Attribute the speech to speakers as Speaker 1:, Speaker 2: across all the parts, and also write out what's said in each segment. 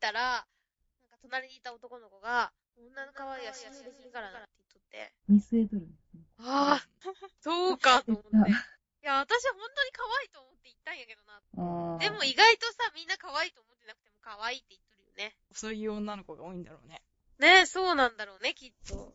Speaker 1: たら、なんか隣にいた男の子が、女の可愛いは信用できるからなって言っとって、
Speaker 2: 見据えとるんですね。
Speaker 1: ああ、 そうかと思って。
Speaker 2: え
Speaker 1: いや、私は本当に可愛いと思って言ったんやけどな。
Speaker 2: あ
Speaker 1: でも意外とさ、みんな可愛いと思ってなくても可愛いって言っとるよね。
Speaker 3: そういう女の子が多いんだろうね。
Speaker 1: ねえ、そうなんだろうね、きっと。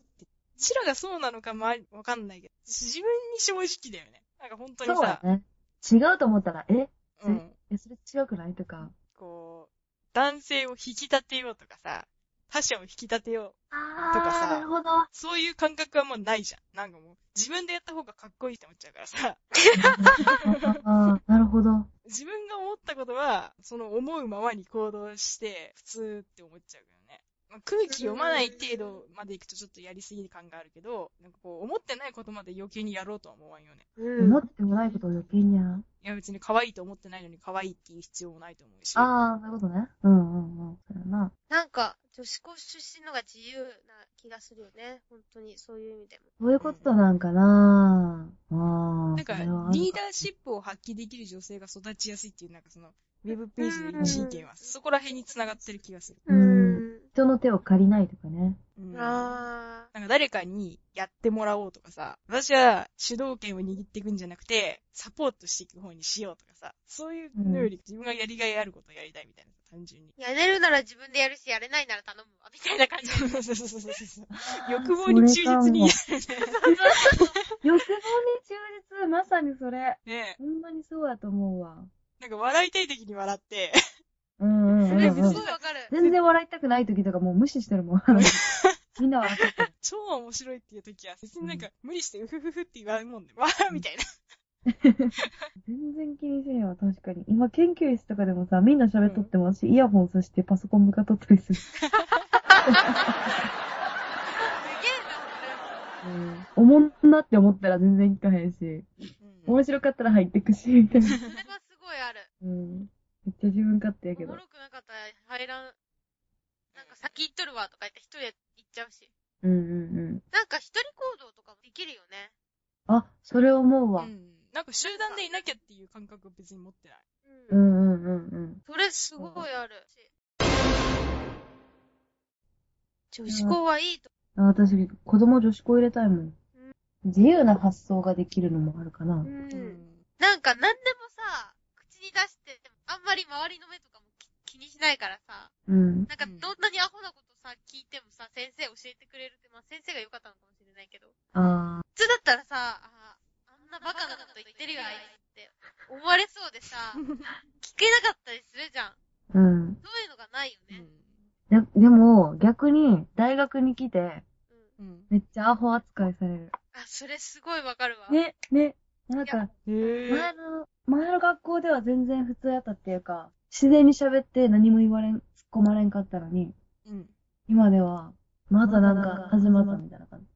Speaker 3: チラがそうなのかまわわかんないけど、自分に正直だよね。なんか本当に
Speaker 2: そうだ
Speaker 3: さ、
Speaker 2: ね。違うと思ったら、え、
Speaker 3: う、
Speaker 2: うんえ、それ違うくないとか。
Speaker 3: こう、男性を引き立てようとかさ、他者を引き立てよう。
Speaker 2: あ
Speaker 3: とかさ
Speaker 2: ー、なるほど。
Speaker 3: そういう感覚はもうないじゃん。なんかもう、自分でやった方がかっこいいって思っちゃうからさ、
Speaker 2: あー、なるほど。
Speaker 3: 自分が思ったことは、その思うままに行動して、普通って思っちゃうけどね。まあ、空気読まない程度まで行くとちょっとやりすぎる感があるけど、なんかこう、思ってないことまで余計にやろうとは思わんよね。
Speaker 1: うん
Speaker 2: 思ってもないことを余計にやらん。
Speaker 3: いや別に可愛いと思ってないのに可愛いって言う必要もないと思うし。
Speaker 2: あー、そういうことね。うんうんうん。そうやな。
Speaker 1: なんか、女子校出身のが自由な気がするよね。本当に、そういう意味でも。
Speaker 2: そういうことなんかなああ
Speaker 3: なん
Speaker 2: ー、
Speaker 3: か、
Speaker 2: それはある
Speaker 3: リーダーシップを発揮できる女性が育ちやすいっていう、なんかその、ウェブページの一意見は、そこら辺に繋がってる気がする。
Speaker 2: う
Speaker 1: うんん。
Speaker 2: 人の手を借りないとかね。
Speaker 3: うん。なんか
Speaker 1: あ
Speaker 3: 誰かにやってもらおうとかさ、私は主導権を握っていくんじゃなくて、サポートしていく方にしようとかさ、そういうのより自分がやりがいあることをやりたいみたいな、単純に。
Speaker 1: あ。やれるなら自分でやるし、やれないなら頼むわ、みたいな 感じ。
Speaker 3: そうそうそうそうそう。欲望に忠実に。
Speaker 2: 欲望に忠実、まさにそれ。
Speaker 3: ね
Speaker 2: ほんまにそうやと思うわ。
Speaker 3: なんか笑いたい時に笑って、
Speaker 2: うんうん
Speaker 1: そ
Speaker 2: うん
Speaker 1: れ
Speaker 2: う
Speaker 1: す
Speaker 2: ん
Speaker 1: ごい。わかる。
Speaker 2: 全然笑いたくない時とかもう無視してるもん。みんな笑ってる。
Speaker 3: 超面白いっていう時は、別になんか無理してうふふふって言わんもんで、わーみたいな。
Speaker 2: 全然気にせんわ、確かに。今、研究室とかでもさ、みんな喋っとっても私、イヤホンさしてパソコン向かっとったりする。
Speaker 1: すげえな、
Speaker 2: おもんなって思ったら全然聞かへんし、
Speaker 3: うん
Speaker 2: 面白かったら入ってくし、みたいな。
Speaker 1: それ。それはすごいある。
Speaker 2: うん。めっちゃ自分勝手やけ
Speaker 1: お
Speaker 2: ど
Speaker 1: も。ろくなかったら入らん。なんか先行っとるわとか言って一人で行っちゃうし。
Speaker 2: うんうんうん。
Speaker 1: なんか一人行動とかもできるよね。
Speaker 2: あ、それ思うわ。
Speaker 3: うんなんか集団でいなきゃっていう感覚を別に持ってない。
Speaker 2: う
Speaker 1: うん。
Speaker 2: んうんうんうん。
Speaker 1: それすごいある。女子校はいいと。
Speaker 2: あ私、子供女子校入れたいもん。自由な発想ができるのもあるか
Speaker 1: う
Speaker 2: な。
Speaker 1: ん。なんか何でもさ、口に出して、あんまり周りの目とかも気気にしないからさ。
Speaker 2: うん。
Speaker 1: なんか
Speaker 3: うん
Speaker 1: どんなにアホなことさ、聞いてもさ、先生教えてくれるって、まあ先生が良かったのかもしれないけど。
Speaker 2: あ
Speaker 1: 普通だったらさ、あーあんなバカなこと言ってるよ、あいつって思われそう でさ、聞けなかったりするじゃん。
Speaker 2: ー。うん。
Speaker 1: そういうのがないよ
Speaker 3: う
Speaker 1: ね。
Speaker 3: ん
Speaker 2: ででも、逆に、大学に来て、
Speaker 1: うん。
Speaker 3: うん
Speaker 2: めっちゃアホ扱いされる。
Speaker 1: あ、それすごいわかるわ。
Speaker 2: ね、ね。なんか、
Speaker 3: へ
Speaker 2: 前の、前の学校では全然普通やったっていうか、自然に喋って何も言われん、突っ込まれんかったのに、
Speaker 3: うん。
Speaker 2: 今では、まだなんか始まったみたいな感じ。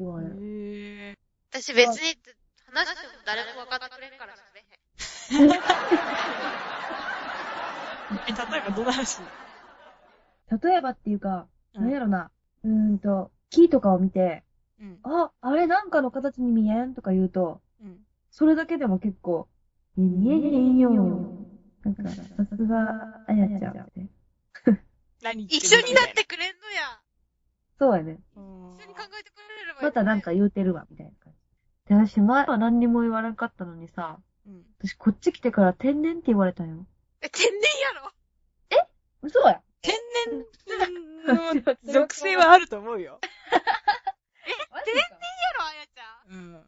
Speaker 2: 言われる。
Speaker 3: へえ。
Speaker 1: 私別に話しても誰も分かってくれんから喋れへん。
Speaker 3: え、例えばどんな話
Speaker 2: 例えばっていうか、
Speaker 3: うん
Speaker 2: なんやろな、うーんと、木とかを見て、
Speaker 3: うん。
Speaker 2: あ、あれなんかの形に見えんとか言うと、
Speaker 3: うん。
Speaker 2: それだけでも結構、え見えへんよ。なんか、さすが、あやちゃんって。
Speaker 3: 何言っ
Speaker 1: 一
Speaker 3: て
Speaker 1: 緒
Speaker 3: る
Speaker 1: になってくれんのや。
Speaker 2: そうやね。
Speaker 3: の
Speaker 1: 一緒
Speaker 3: みたい
Speaker 1: に
Speaker 3: な
Speaker 1: 考えてくれればいいのに。
Speaker 2: またなんか言うてるわ、みたいな感じ。で、私前は何にも言われんかったのにさ、
Speaker 3: うん。
Speaker 2: 私こっち来てから天然って言われたんよ。
Speaker 1: え。天然やろ
Speaker 2: 嘘や
Speaker 3: 天然の属性はあると思うよ。
Speaker 2: 天然
Speaker 1: やろ、あやちゃん。
Speaker 3: うん。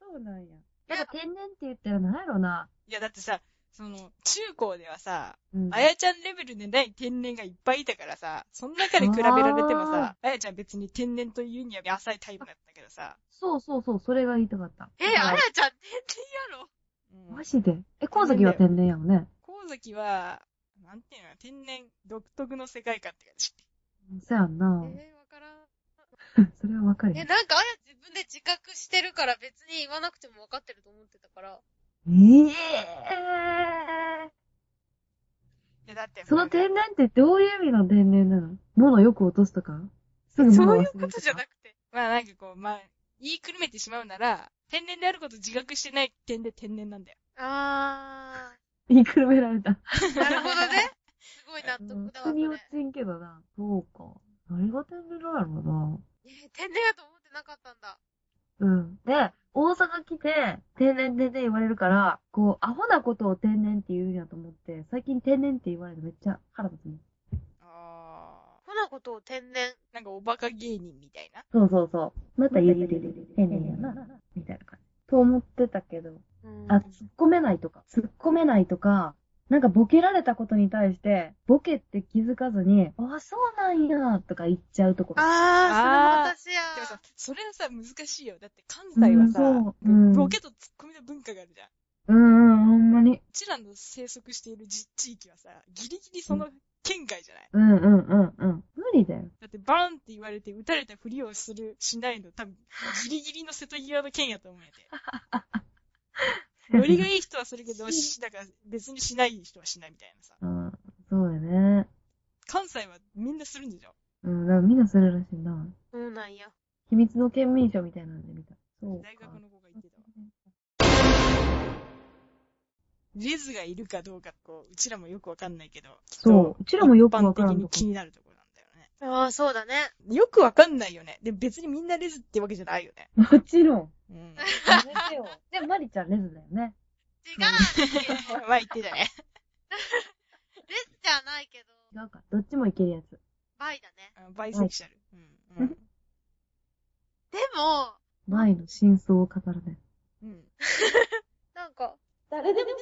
Speaker 2: そうなんや。なんか天然って言ったら何やろな。
Speaker 3: いや、だってさ、その、中高ではさ、
Speaker 2: うん
Speaker 3: あやちゃんレベルでない天然がいっぱいいたからさ、その中で比べられてもさ、あやちゃん別に天然というには浅いタイプだったけどさ、
Speaker 2: そうそうそう、それが言いたかった。
Speaker 1: え、あやちゃん天然やろ
Speaker 3: うん
Speaker 2: マジでえ、神崎は天然やんね。
Speaker 3: 神崎は、なんていうの、天然独特の世界観って感じ。
Speaker 2: そうやんな。
Speaker 1: えー、わからん。
Speaker 2: それはわかる
Speaker 1: え、
Speaker 2: よ。
Speaker 1: なんかあや自分で自覚してるから別に言わなくても分かってると思ってたから。
Speaker 2: えー
Speaker 3: いや、だって、
Speaker 2: その天然ってどういう意味の天然なの物よく落とすとかすぐ
Speaker 3: そう
Speaker 2: 物忘
Speaker 3: い
Speaker 2: れ
Speaker 3: う
Speaker 2: る
Speaker 3: ことじゃな
Speaker 2: く
Speaker 3: くて。まあなんかこう、まあ、言いくるめてしまうなら、天然であることを自覚してない点で天然なんだよ。
Speaker 1: あ
Speaker 2: 言いくるめられ た。
Speaker 1: ー。なるほどね。すごい納納得だわ、
Speaker 2: 普通
Speaker 1: これ。
Speaker 2: に落ちんけどな。そうか。何が天然なんやろな。
Speaker 1: え天然やと思ってなかったんだ。
Speaker 2: うん。で、大阪来て、天然天然言われるから、こう、アホなことを天然って言うんやと思って、最近天然って言われるのめっちゃ腹立つね。
Speaker 3: あ
Speaker 1: こんなことを天然。
Speaker 3: ー。なんかおバカ芸人みたいな。
Speaker 2: そうそうそう。また言うてる。天然やな。みたいな感じ。と思ってたけど、
Speaker 1: うん
Speaker 2: あ、突っ込めないとか、突っ込めないとか、なんかボケられたことに対して、ボケって気づかずに、あ、そうなんや、とか言っちゃうところ。
Speaker 1: あ
Speaker 3: あ
Speaker 1: ー、それも私や。
Speaker 3: でもさ、それはさ、難しいよ。だって関西はさ、
Speaker 2: うんそううん
Speaker 3: ボケとツッコミの文化があるじゃん。う
Speaker 2: うんうん、ほんまに。
Speaker 3: ちらの生息しているじ地域はさ、ギリギリその県外じゃない。
Speaker 2: うんうんうんうん。無理だよ。
Speaker 3: だってバーンって言われて撃たれたふりをする、しないの多分、ギリギリの瀬戸際の県やと思うんやて。ノリがいい人はするけど、し、だから別にしない人はしないみたいなさ。
Speaker 2: うん、そうだね。
Speaker 3: 関西はみんなするんでしょ
Speaker 2: うん、だからみんなするらしいな。
Speaker 1: そうなんや。
Speaker 2: 秘密の県民賞みたいなので見た。そうか
Speaker 3: 大。学の子が言ってたわ。レズがいるかどうか、こう、うちらもよくわかんないけど。
Speaker 2: そう。うちらもよくわ
Speaker 3: 一般
Speaker 2: か
Speaker 3: 的
Speaker 2: らん
Speaker 3: に
Speaker 2: とこ
Speaker 3: 気になるところなんだよね。
Speaker 1: ああ、そうだね。
Speaker 3: よくわかんないよね。で、別にみんなレズってわけじゃないよね。
Speaker 2: もちろん。
Speaker 3: うん。
Speaker 2: やめてよ。でも、マリちゃんレズだよね。
Speaker 1: 違うって、レズ
Speaker 3: まあ言ってたね。
Speaker 1: じゃないけど、
Speaker 2: 違うか。どっちもいけるやつ。
Speaker 1: バイだね。
Speaker 3: あバイセクシャル。うん。うん
Speaker 1: でも、
Speaker 2: 前の真相を語らない。
Speaker 3: うん。
Speaker 1: なんか、誰でもさ、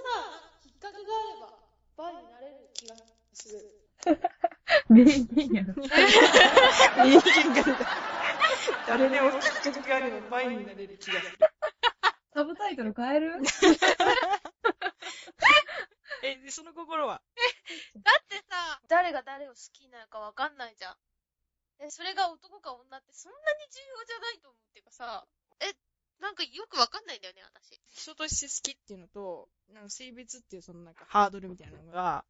Speaker 1: きっかけがあれば、バイになれる気がする。
Speaker 2: 名言やろ。
Speaker 3: 名言が出た。誰でもきっかけがあればバイになれる気がする。
Speaker 2: サブタイトル変える
Speaker 3: え、でその心は
Speaker 1: だってさ、誰が誰を好きになるかわかんないじゃん。え、それが男か女ってそんなに重要じゃないと思うっていうかさ、え、なんかよくわかんないんだよね、私。
Speaker 3: 人として好きっていうのと、なんか性別っていうそのなんかハードルみたいなのが、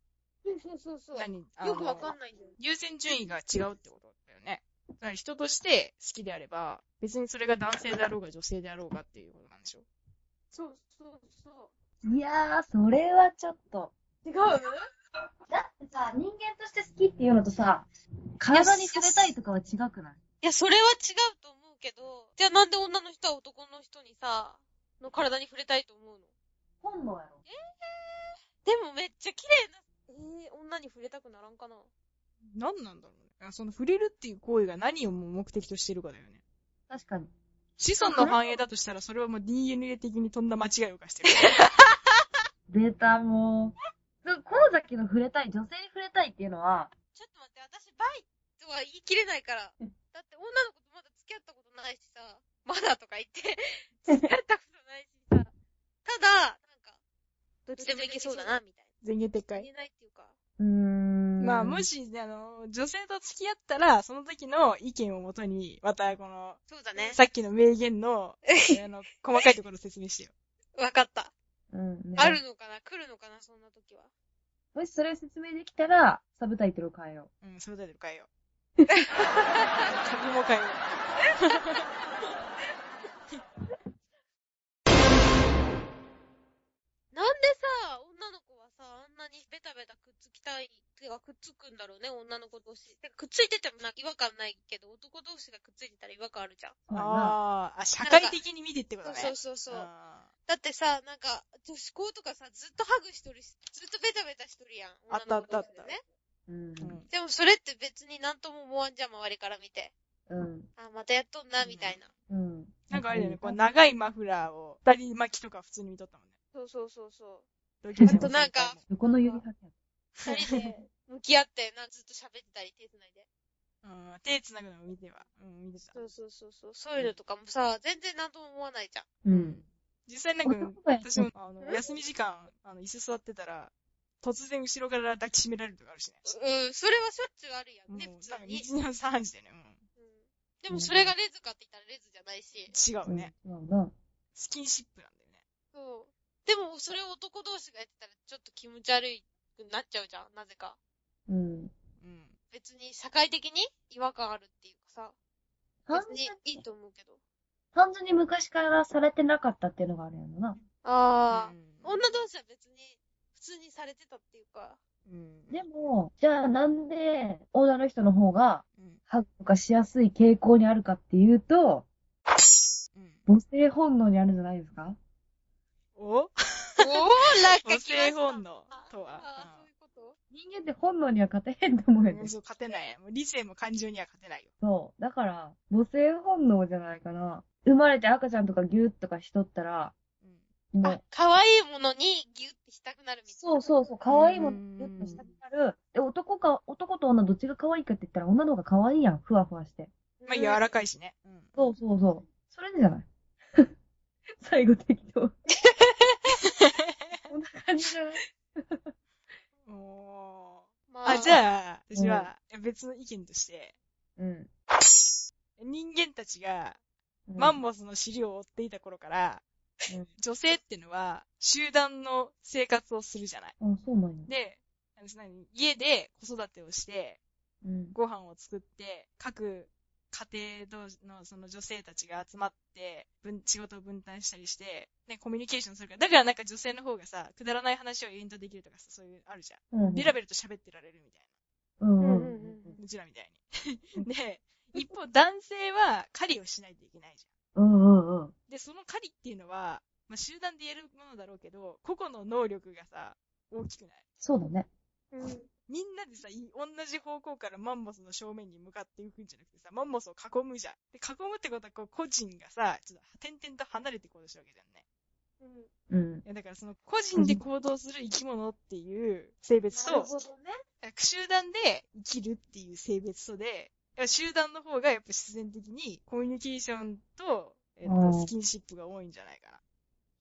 Speaker 1: そうそうそ
Speaker 3: 何あの
Speaker 1: よくわかんないんだよ。
Speaker 3: 優先順位が違うってことだよね。つまり人として好きであれば、別にそれが男性であろうが女性であろうがっていうことなんでしょ
Speaker 1: そうそうそ
Speaker 2: いやー、それはちょっと。
Speaker 1: う。違う
Speaker 2: だってさ、人間として好きっていうのとさ、体に触れたいとかは違くない
Speaker 1: いや、それは違うと思うけど、じゃあなんで女の人は男の人にさ、の体に触れたいと思うの
Speaker 2: 本能やろ。
Speaker 1: でもめっちゃ綺麗な、えー、女に触れたくならんかな。
Speaker 3: 何なんだろうね。その触れるっていう行為が何を目的としてるかだよね。
Speaker 2: 確かに。
Speaker 3: 子孫の繁栄だとしたら、それはもう DNA 的にとんだ間違いを犯してる。
Speaker 2: 出た、もう。で神崎の触れたい、女性に触れたいっていうのは、
Speaker 1: ちょっと待って、私バイとは言い切れないから。だって女の子とまだ付き合ったことないしさ、まだとか 言って付き合ったことないしさ。ただ、なんか、 どっちでもいけそうだな、みたい
Speaker 3: 全言
Speaker 1: な。
Speaker 3: 撤回
Speaker 1: 言。えないっていうか。
Speaker 2: うーん
Speaker 3: まあ、もし、あの、女性と付き合ったら、その時の意見をもとに、また、この、
Speaker 1: そうだね。
Speaker 3: さっきの名 言の、あの、細かいところを説明してよ。
Speaker 1: わかった。
Speaker 2: うんね
Speaker 1: あるのかな来るのかなそんな時は。
Speaker 2: もしそれを説明できたら、サブタイトルを変えよ
Speaker 3: うん、それだけ変えよ う。株も変えよ
Speaker 1: なんでさ、女の子はさ、あんなにベタベタくっつきたい、手がくっつくんだろうね、女の子同士。てかくっついててもなんか違和感ないけど、男同士がくっついてたら違和感あるじゃん。
Speaker 3: う。
Speaker 2: う。あ。
Speaker 3: ああ、社会的に見てってことね。
Speaker 1: そうそうそうそう。
Speaker 3: あ
Speaker 1: だってさ、なんか、女子校とかさ、ずっとハグしとるし、ずっとベタベタしとるやん。
Speaker 3: あったあったあ
Speaker 1: 女
Speaker 3: った
Speaker 1: の子同士でね。
Speaker 2: う
Speaker 3: ー。う
Speaker 2: ん
Speaker 3: ん
Speaker 1: でもそれって別になんとも思わんじゃん、周りから見て。
Speaker 2: うん。
Speaker 1: あ、またやっとんな、みたいな。
Speaker 2: うん。
Speaker 3: なんかあれだよね、こう、長いマフラーを、二人巻きとか普通に見とったもんね。
Speaker 1: そうそうそうそ
Speaker 3: 同
Speaker 1: う。
Speaker 3: 級生
Speaker 1: あ
Speaker 3: の
Speaker 1: となんか、
Speaker 2: 横の指かけ。
Speaker 1: 二人 で向き合って、なんかずっと喋ってたり、手繋いで。
Speaker 3: うん、手繋ぐのを見ては、うん、見てた。
Speaker 1: そうそうそうそう。そういうのとかもさ、全然なんとも思わないじゃん。
Speaker 2: うん。
Speaker 3: 実際なんか、
Speaker 2: 男がやってる
Speaker 3: 私も、あの、休み時間、あの、椅子座ってたら、突然後ろから抱きしめられるとかあるしね。
Speaker 1: うん、それはしょっちゅうあるやんね、
Speaker 3: も
Speaker 1: 普
Speaker 3: う、なん
Speaker 1: 通
Speaker 3: か
Speaker 1: に。
Speaker 3: 日常茶飯事だよね。
Speaker 1: うんでもそれがレズかって言ったらレズじゃないし。
Speaker 3: うん。違うね。
Speaker 2: うん。そう
Speaker 3: スキンシップなんだよね。
Speaker 1: そう。でもそれを男同士がやってたらちょっと気持ち悪くなっちゃうじゃん、なぜか。
Speaker 2: だ。うん。
Speaker 3: うん。
Speaker 1: 別に社会的に違和感あるっていうか
Speaker 2: 単
Speaker 1: さ、別に
Speaker 2: 純
Speaker 1: いいと思うけど。
Speaker 2: 単純に昔からされてなかったっていうのがあるやろな。
Speaker 1: ああ、
Speaker 3: うん
Speaker 1: 女同士は別に普通にされてたっていうか、
Speaker 3: うん。
Speaker 2: でも、じゃあなんで女の人の方が
Speaker 3: うん。
Speaker 2: 発火しやすい傾向にあるかっていうと、
Speaker 3: うん。
Speaker 2: 母性本能にあるんじゃないですか
Speaker 3: お
Speaker 1: おー、なんか
Speaker 3: 女
Speaker 1: 来まし
Speaker 3: 性
Speaker 1: た
Speaker 3: 本能と
Speaker 1: あ
Speaker 3: は
Speaker 1: あ、そう。いうこと
Speaker 2: 人間って本能には勝てへんと思う
Speaker 3: う
Speaker 2: よ
Speaker 3: ん
Speaker 2: ね
Speaker 3: もう。そう、勝てない。もう理性も感情には勝てないよ。
Speaker 2: そう。だから、母性本能じゃないかな。生まれて赤ちゃんとかギュッとかしとったら、
Speaker 3: うん。
Speaker 2: も
Speaker 1: あ
Speaker 2: う、、
Speaker 1: 可愛いものにギュッてしたくなるみたいな。
Speaker 2: そうそうそう、可愛いもん、ギュッとしたくなる。で、男か、男と女どっちが可愛いかって言ったら女の方が可愛いやん、ふわふわして。
Speaker 3: まあ、柔ら
Speaker 1: い。
Speaker 3: かいしね。うん。
Speaker 2: そうそうそう。それでじゃない 最後適 当。こんな感じじゃない
Speaker 3: おー
Speaker 1: ま
Speaker 3: あ、じゃあ、私は別の意見として、
Speaker 2: うん。
Speaker 3: 人間たちがマンモスの尻を追っていた頃から、
Speaker 2: うん
Speaker 3: 女性ってのは集団の生活をするじゃない。
Speaker 2: あ、そうなんや。
Speaker 3: で、私何家で子育てをして、
Speaker 2: うん。
Speaker 3: ご飯を作って、各家庭のその女性たちが集まって、分仕事を分担したりして、ね、コミュニケーションするから。だからなんか女性の方がさ、くだらない話を延々とできるとかさ、そういう、あるじゃん。
Speaker 2: うん。
Speaker 3: ベラベラと喋ってられるみたい
Speaker 2: うん
Speaker 1: う
Speaker 2: うん
Speaker 1: うん
Speaker 2: ん
Speaker 1: うん。
Speaker 3: な。うちらみたいに。 で、一方男性は狩りをしないといけないじゃん。
Speaker 2: うんうんうん。
Speaker 3: で、その狩りっていうのは、まあ、集団でやるものだろうけど、個々の能力がさ、大きくない。
Speaker 2: そうだね。
Speaker 1: うん
Speaker 3: みんなでさ、い同じ方向からマンモスの正面に向かっていくんじゃなくてさ、マンモスを囲むじゃん。で、囲むってことは、こう、個人がさ、ちょっと、点々と離れて行動したわけじゃんね。
Speaker 1: うん
Speaker 2: うん。
Speaker 3: いや、だからその、個人で行動する生き物っていう性別
Speaker 1: なる
Speaker 3: と、
Speaker 1: ほどね。
Speaker 3: 集団で生きるっていう性別とで、いや集団の方がやっぱ必然的にコミュニケーションと、えっ
Speaker 2: あ
Speaker 3: と、
Speaker 2: ー
Speaker 3: スキンシップが多いんじゃないか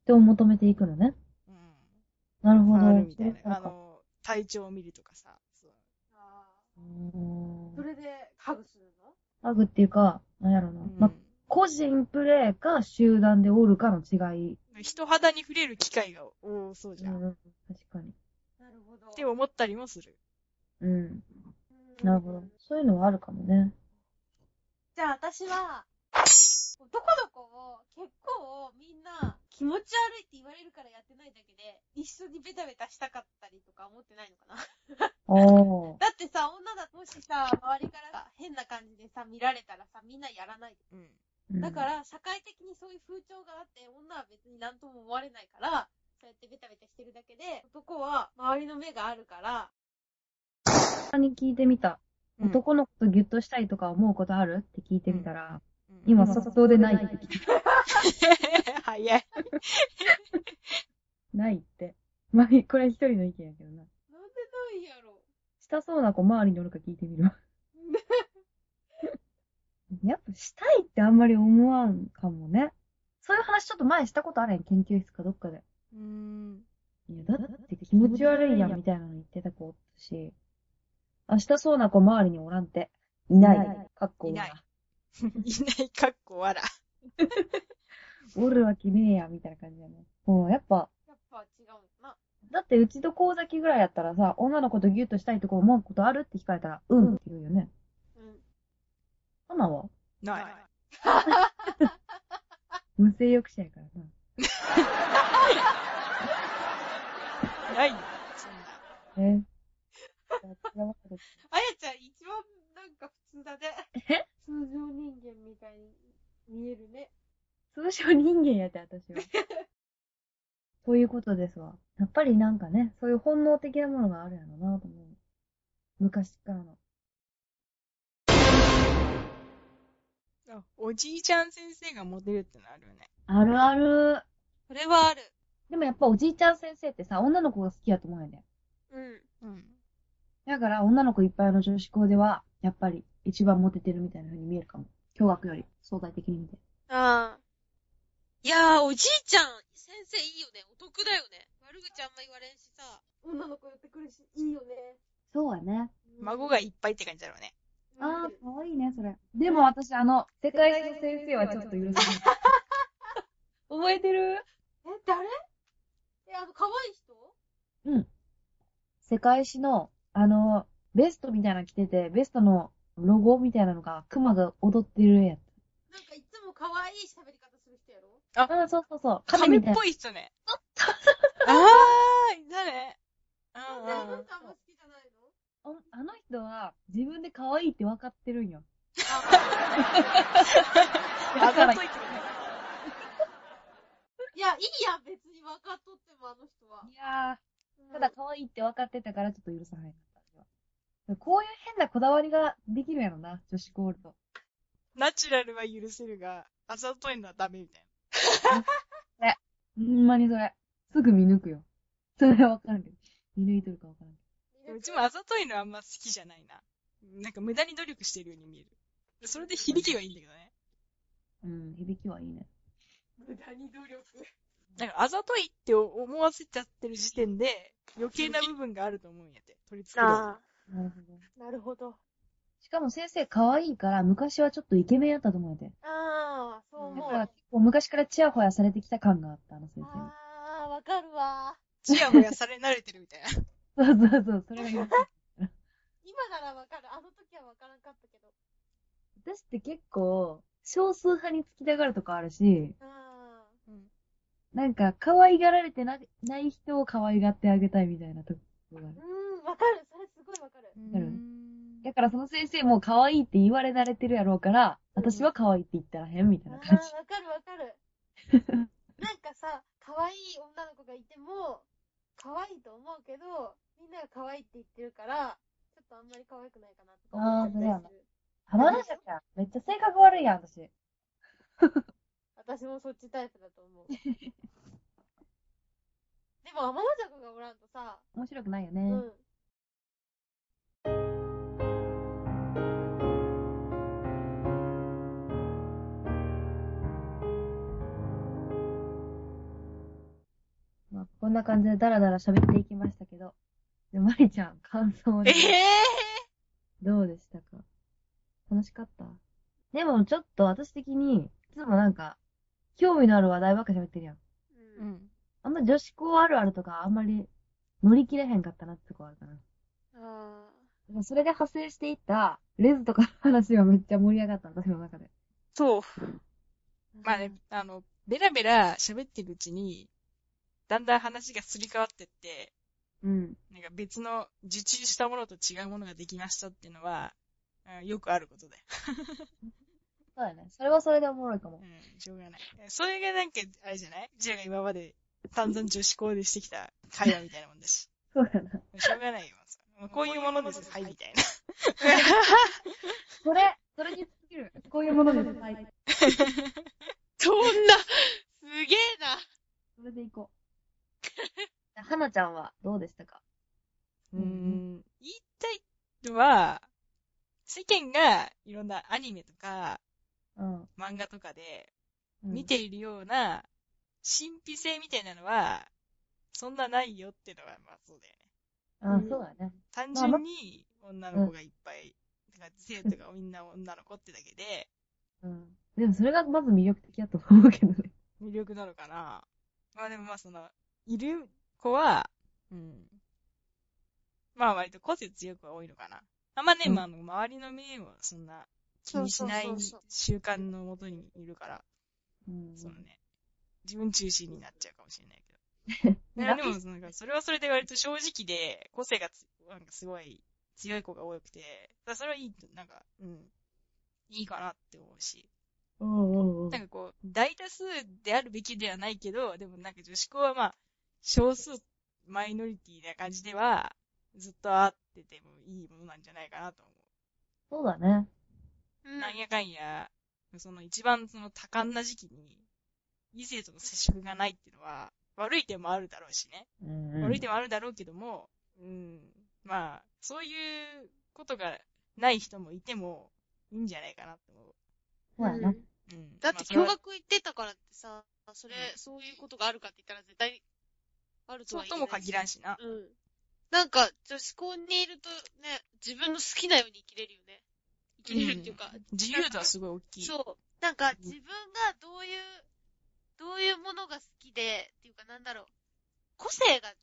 Speaker 2: 人を求めていくのね。
Speaker 3: な。うん。
Speaker 2: なるほど。
Speaker 3: あるみたい
Speaker 2: そう
Speaker 3: な。あ
Speaker 2: か
Speaker 3: の、体調を見るとかさ。そう
Speaker 2: うん
Speaker 1: れで、ハグするの
Speaker 2: ハグっていうか、なんやろな。
Speaker 3: うん
Speaker 2: まあ、個人プレイか集団でおるかの違い。
Speaker 3: 人肌に触れる機会が多そうじゃん。
Speaker 2: うん、確かに。
Speaker 1: なるほど。
Speaker 3: って思ったりもする。
Speaker 2: うん。
Speaker 1: うん
Speaker 2: なるほど。そういうのはあるかもね。
Speaker 1: じゃあ私 は、どこどこを結構みんな気持ち悪いって言われるからやってないだけで、一緒にベタベタしたかったりとか思ってないのかな。
Speaker 2: ああ。
Speaker 1: だってさ、女だともしさ、周りからさ変な感じでさ、見られたらさ、みんなやらない。
Speaker 3: うん。
Speaker 1: だか、ら、社会的にそういう風潮があって、女は別に何とも思われないから、そうやってベタベタしてるだけで、男は周りの目があるから、
Speaker 2: 他に聞いてみた。男の子とギュッとしたいとか思うことあるって聞いてみたら、
Speaker 3: うん、
Speaker 2: 今、
Speaker 3: うん
Speaker 2: そそうでないって聞いて、
Speaker 3: 早い。
Speaker 2: ないって。まあ、これ一人の意見やけどな。
Speaker 1: なんでないやろ。
Speaker 2: したそうな子周りにおるか聞いてみるわ。 やっぱしたいってあんまり思わんかもね。そういう話ちょっと前したことあるやん、研究室かどっかで。
Speaker 3: うーん。
Speaker 2: いや、だって気持ち悪いやんみたいなの言ってた子おったし、明日そうな子周りにおらんて。いないい。かっこ
Speaker 3: いないいない、かっこわら。
Speaker 2: おるわけねえや、みたいな感じだね。もうやっぱ、
Speaker 1: やっぱ違うんだな。
Speaker 2: だってうちと神崎ぐらいやったらさ、女の子とギュッとしたいとこ思うことあるって聞かれたら、うんって言うよね。
Speaker 1: うん。
Speaker 2: ママは
Speaker 3: ない。
Speaker 2: 無性欲者やからな。
Speaker 3: ないよ。そんな。
Speaker 2: え だって
Speaker 1: あやちゃん、一番なんか普通だね。通常人間みたいに見えるね。
Speaker 2: 通称人間やって、私 は。そういうことですわ。やっぱりなんかね、そういう本能的なものがあるやろなと思う。昔からの。
Speaker 3: あおじいちゃん先生がモテるってのあるよね。
Speaker 2: あるある。
Speaker 1: これはある。
Speaker 2: でもやっぱおじいちゃん先生ってさ、女の子が好きやと思うんやで。
Speaker 1: うん。
Speaker 3: うん。
Speaker 2: だから女の子いっぱいの女子校では、やっぱり一番モテてるみたいな風に見えるかも。驚学より相対的に見て。
Speaker 1: ああ。いやー、おじいちゃん、先生いいよね。お得だよね。悪口あんま言われんしさ。女の子寄ってくるし、いいよね。
Speaker 2: そうやね。
Speaker 3: 孫がいっぱいって感じだろうね。
Speaker 2: ああ、かわいいね、それ。でも私、あの、世界史の先生はちょっと許せない。覚えてる
Speaker 1: え、誰え、あの、可愛い人
Speaker 2: 世界史の、あの、ベストみたいなの着てて、ベストのロゴみたいなのが、熊が踊ってるやつ。
Speaker 1: なんかいつも可愛い喋り方する人やろ
Speaker 2: あ、そうそうそう。
Speaker 3: 亀
Speaker 2: み
Speaker 3: った
Speaker 2: いな。
Speaker 3: ぽい人ね。あー、いたね。
Speaker 1: あ、なん
Speaker 3: うんうん
Speaker 1: かあんま好きじ
Speaker 2: おあの人は自分で可愛いって分かってるんよ。
Speaker 3: あ
Speaker 2: だか
Speaker 3: ざ
Speaker 2: ら
Speaker 3: といってこ
Speaker 1: いや、いいやん、別に分かっとっても、あの人は。
Speaker 2: いやー、ただ可愛いって分かってたからちょっと許さないなった私はでもこういう変なこだわりができるんやろな、女子ゴールド。
Speaker 3: とナチュラルは許せるが、あざといのはダメみたいな。
Speaker 2: ほんまにそれ。すぐ見抜くよ。それは分かるけど。見抜いとるか分からんけ
Speaker 3: うちもあざといのはあんま好きじゃないな。なんか無駄に努力してるように見える。それで響きがいいんだけどね。
Speaker 2: ど。うん、響きはいいね。
Speaker 1: 無駄に努力。
Speaker 3: なんかあざといって思わせちゃってる時点で、余計な部分があると思うんやて。取り付ける。
Speaker 1: あ
Speaker 2: なるほど。
Speaker 1: あ、なるほど。
Speaker 2: しかも先生可愛いから昔はちょっとイケメンやったと思うて。
Speaker 1: ああ、そう
Speaker 2: だ
Speaker 1: 思
Speaker 2: か
Speaker 1: う。
Speaker 2: ら
Speaker 1: あ
Speaker 2: 結構昔からチヤホヤされてきた感があった、あの先
Speaker 1: あ、わかるわ。
Speaker 3: チヤホヤされ慣れてるみたい な。
Speaker 2: 生に。そうそうそう、それが 言う。
Speaker 1: 今ならわかる。あの時はわからんかったけど。
Speaker 2: 私って結構、少数派につきたがるとかあるし、
Speaker 1: ああ。
Speaker 2: なんか可愛がられてなない人を可愛がってあげたいみたいなとこがある。
Speaker 1: うん、わかる。それすごいわかる。
Speaker 2: なるだからその先生も可愛いって言われ慣れてるやろうか
Speaker 1: う
Speaker 2: ら、
Speaker 1: ん
Speaker 2: 私は可愛いって言ったらへんみたい
Speaker 1: あ
Speaker 2: な
Speaker 1: あ
Speaker 2: 感じ。
Speaker 1: ー、わかるわか る。なんかさ、可愛い女の子がいても、可愛いと思うけど、みんなが可愛いって言ってるから、ちょっとあんまり可愛くないかなとか思っちゃったりする。
Speaker 2: 浜田社ゃん、めっちゃ性格悪いやん、私。
Speaker 1: 私もそっちタイプだと 思う。でも、天の尺がおらんとさ、
Speaker 2: 面白くないよね。
Speaker 1: うん。
Speaker 2: まあ、こんな感じでダラダラ喋っていきましたけど。で、マリちゃん、感想を
Speaker 3: え
Speaker 2: ね
Speaker 3: え
Speaker 2: どうでしたか楽しかったでもちょっと私的に、いつもなんか、興味のある話題ばっか喋ってるやん。
Speaker 3: ー、うん。
Speaker 2: あんま女子校あるあるとかあんまり乗り切れへんかったなってとこあるかな。
Speaker 1: あ
Speaker 2: でもそれで派生していった、レズとかの話がめっちゃ盛り上がった、私の中で。
Speaker 3: そう。
Speaker 1: ー
Speaker 3: まあね、あの、ベラベラ喋ってるうちに、だんだん話がすり替わってって、
Speaker 2: うん。
Speaker 3: なんか別の受注したものと違うものができましたっていうのは、うんよくあることだよ。
Speaker 2: そうだね。それはそれでおもろいか
Speaker 3: う。
Speaker 2: も
Speaker 3: ん、しょうがない。それがなんか、あれじゃないじゃが今まで散々女子校でしてきた会話みたいなもん だし。
Speaker 2: そうだな。
Speaker 3: しょうがないよ。もうこういうものです。はい、みたいな。
Speaker 2: それ、それに尽きる。こういうものでない。
Speaker 1: そんな、すげえな。
Speaker 2: それでいこ う。はなちゃんはどうでしたか
Speaker 3: うーん言いたいのは、世間がいろんなアニメとか
Speaker 2: うん。
Speaker 3: 漫画とかで見ているような神秘性みたいなのは、そんなないよってのは、まあそうだよね。
Speaker 2: あ、そうだね。
Speaker 3: 単
Speaker 2: まあ
Speaker 3: 純に女の子がいっぱい、だから生徒がみんな女の子ってだけで
Speaker 2: うん。でもそれがまず魅力的だと思うけどね。
Speaker 3: 魅力なのかな。まあでもまあその、いる子は、うん。まあ割と個性強くは多いのかな。あんまね、
Speaker 2: うん
Speaker 3: まああの、周りの目をそんな気にしない
Speaker 1: そうそうそうそう
Speaker 3: 習慣のもとにいるから、
Speaker 2: うん
Speaker 3: そのね、自分中心になっちゃうかもしれないけど。い
Speaker 2: ね
Speaker 3: やでもその、なんかそれはそれで割と正直で、個性がつなんかすごい強い子が多くて、だからそれはいいと、なんか、うん、いいかなって思うし。
Speaker 2: うんうんうん
Speaker 3: なんかこう、大多数であるべきではないけど、でもなんか女子校はまあ、少数、マイノリティな感じでは、ずっとあっててもいいものなんじゃないかなと思
Speaker 2: そうだね。
Speaker 1: う
Speaker 3: う。
Speaker 1: ん
Speaker 3: なんやかんや、その一番その多感な時期に、異性との接触がないっていうのは、悪い点もあるだろうしね。
Speaker 2: うんうん
Speaker 3: 悪い点もあるだろうけども、うん、まあ、そういうことがない人もいても、いいんじゃないかなと思う。
Speaker 2: そうやな。
Speaker 3: うん。
Speaker 1: だって共
Speaker 3: まあそれは
Speaker 1: 学行ってたからってさ、それ、
Speaker 3: う
Speaker 1: そういうことがあるかって言ったら絶対、あると
Speaker 3: そ
Speaker 1: は
Speaker 3: う
Speaker 1: 言
Speaker 3: と
Speaker 1: え
Speaker 3: も
Speaker 1: ないし
Speaker 3: 限らんしな。
Speaker 1: うん。なんか、女子校にいるとね、自分の好きなように生きれるよね。生きれるっていうか、
Speaker 3: 自由度はすごい大きい。
Speaker 1: そう。なんか、自分がどういう、どういうものが好きで、っていうかなんだろう。個性が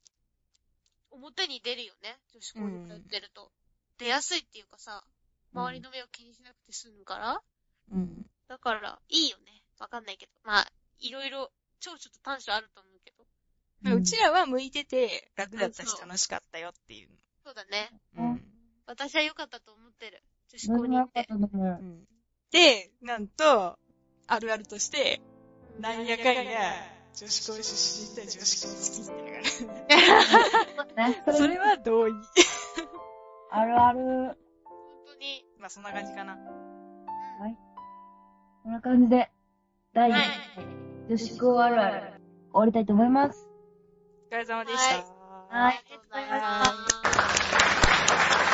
Speaker 1: 表に出るよね。女子校に通ってると。出やすいっていうかさ、周りの目を気にしなくて済むから。
Speaker 3: うん。
Speaker 1: だから、いいよね。わかんないけど。まあ、いろいろ、長所と短所あると思うけど。
Speaker 3: うちらは向いてて、楽だった
Speaker 1: うん
Speaker 3: し
Speaker 1: そう
Speaker 3: 楽しかったよっていう。
Speaker 1: そうだね。
Speaker 2: うん
Speaker 1: 私は良かったと思ってる。女子
Speaker 2: 何
Speaker 1: 校
Speaker 2: で
Speaker 1: に行
Speaker 2: もよ
Speaker 1: っ
Speaker 2: かってた。と思
Speaker 3: うんで、なんと、あるあるとして、なんやかんや、女子校出身対女子校好きってのが
Speaker 2: う。ね、
Speaker 3: あるそれは同意。
Speaker 2: あるある。
Speaker 1: 本当に。
Speaker 3: まあそんな感じかな。
Speaker 1: うん
Speaker 2: はいこんな感じで、第1
Speaker 1: はい。
Speaker 2: 女子校あるある、終わりたいと思います。
Speaker 3: お疲れ様でした。
Speaker 1: はいありがとうございました。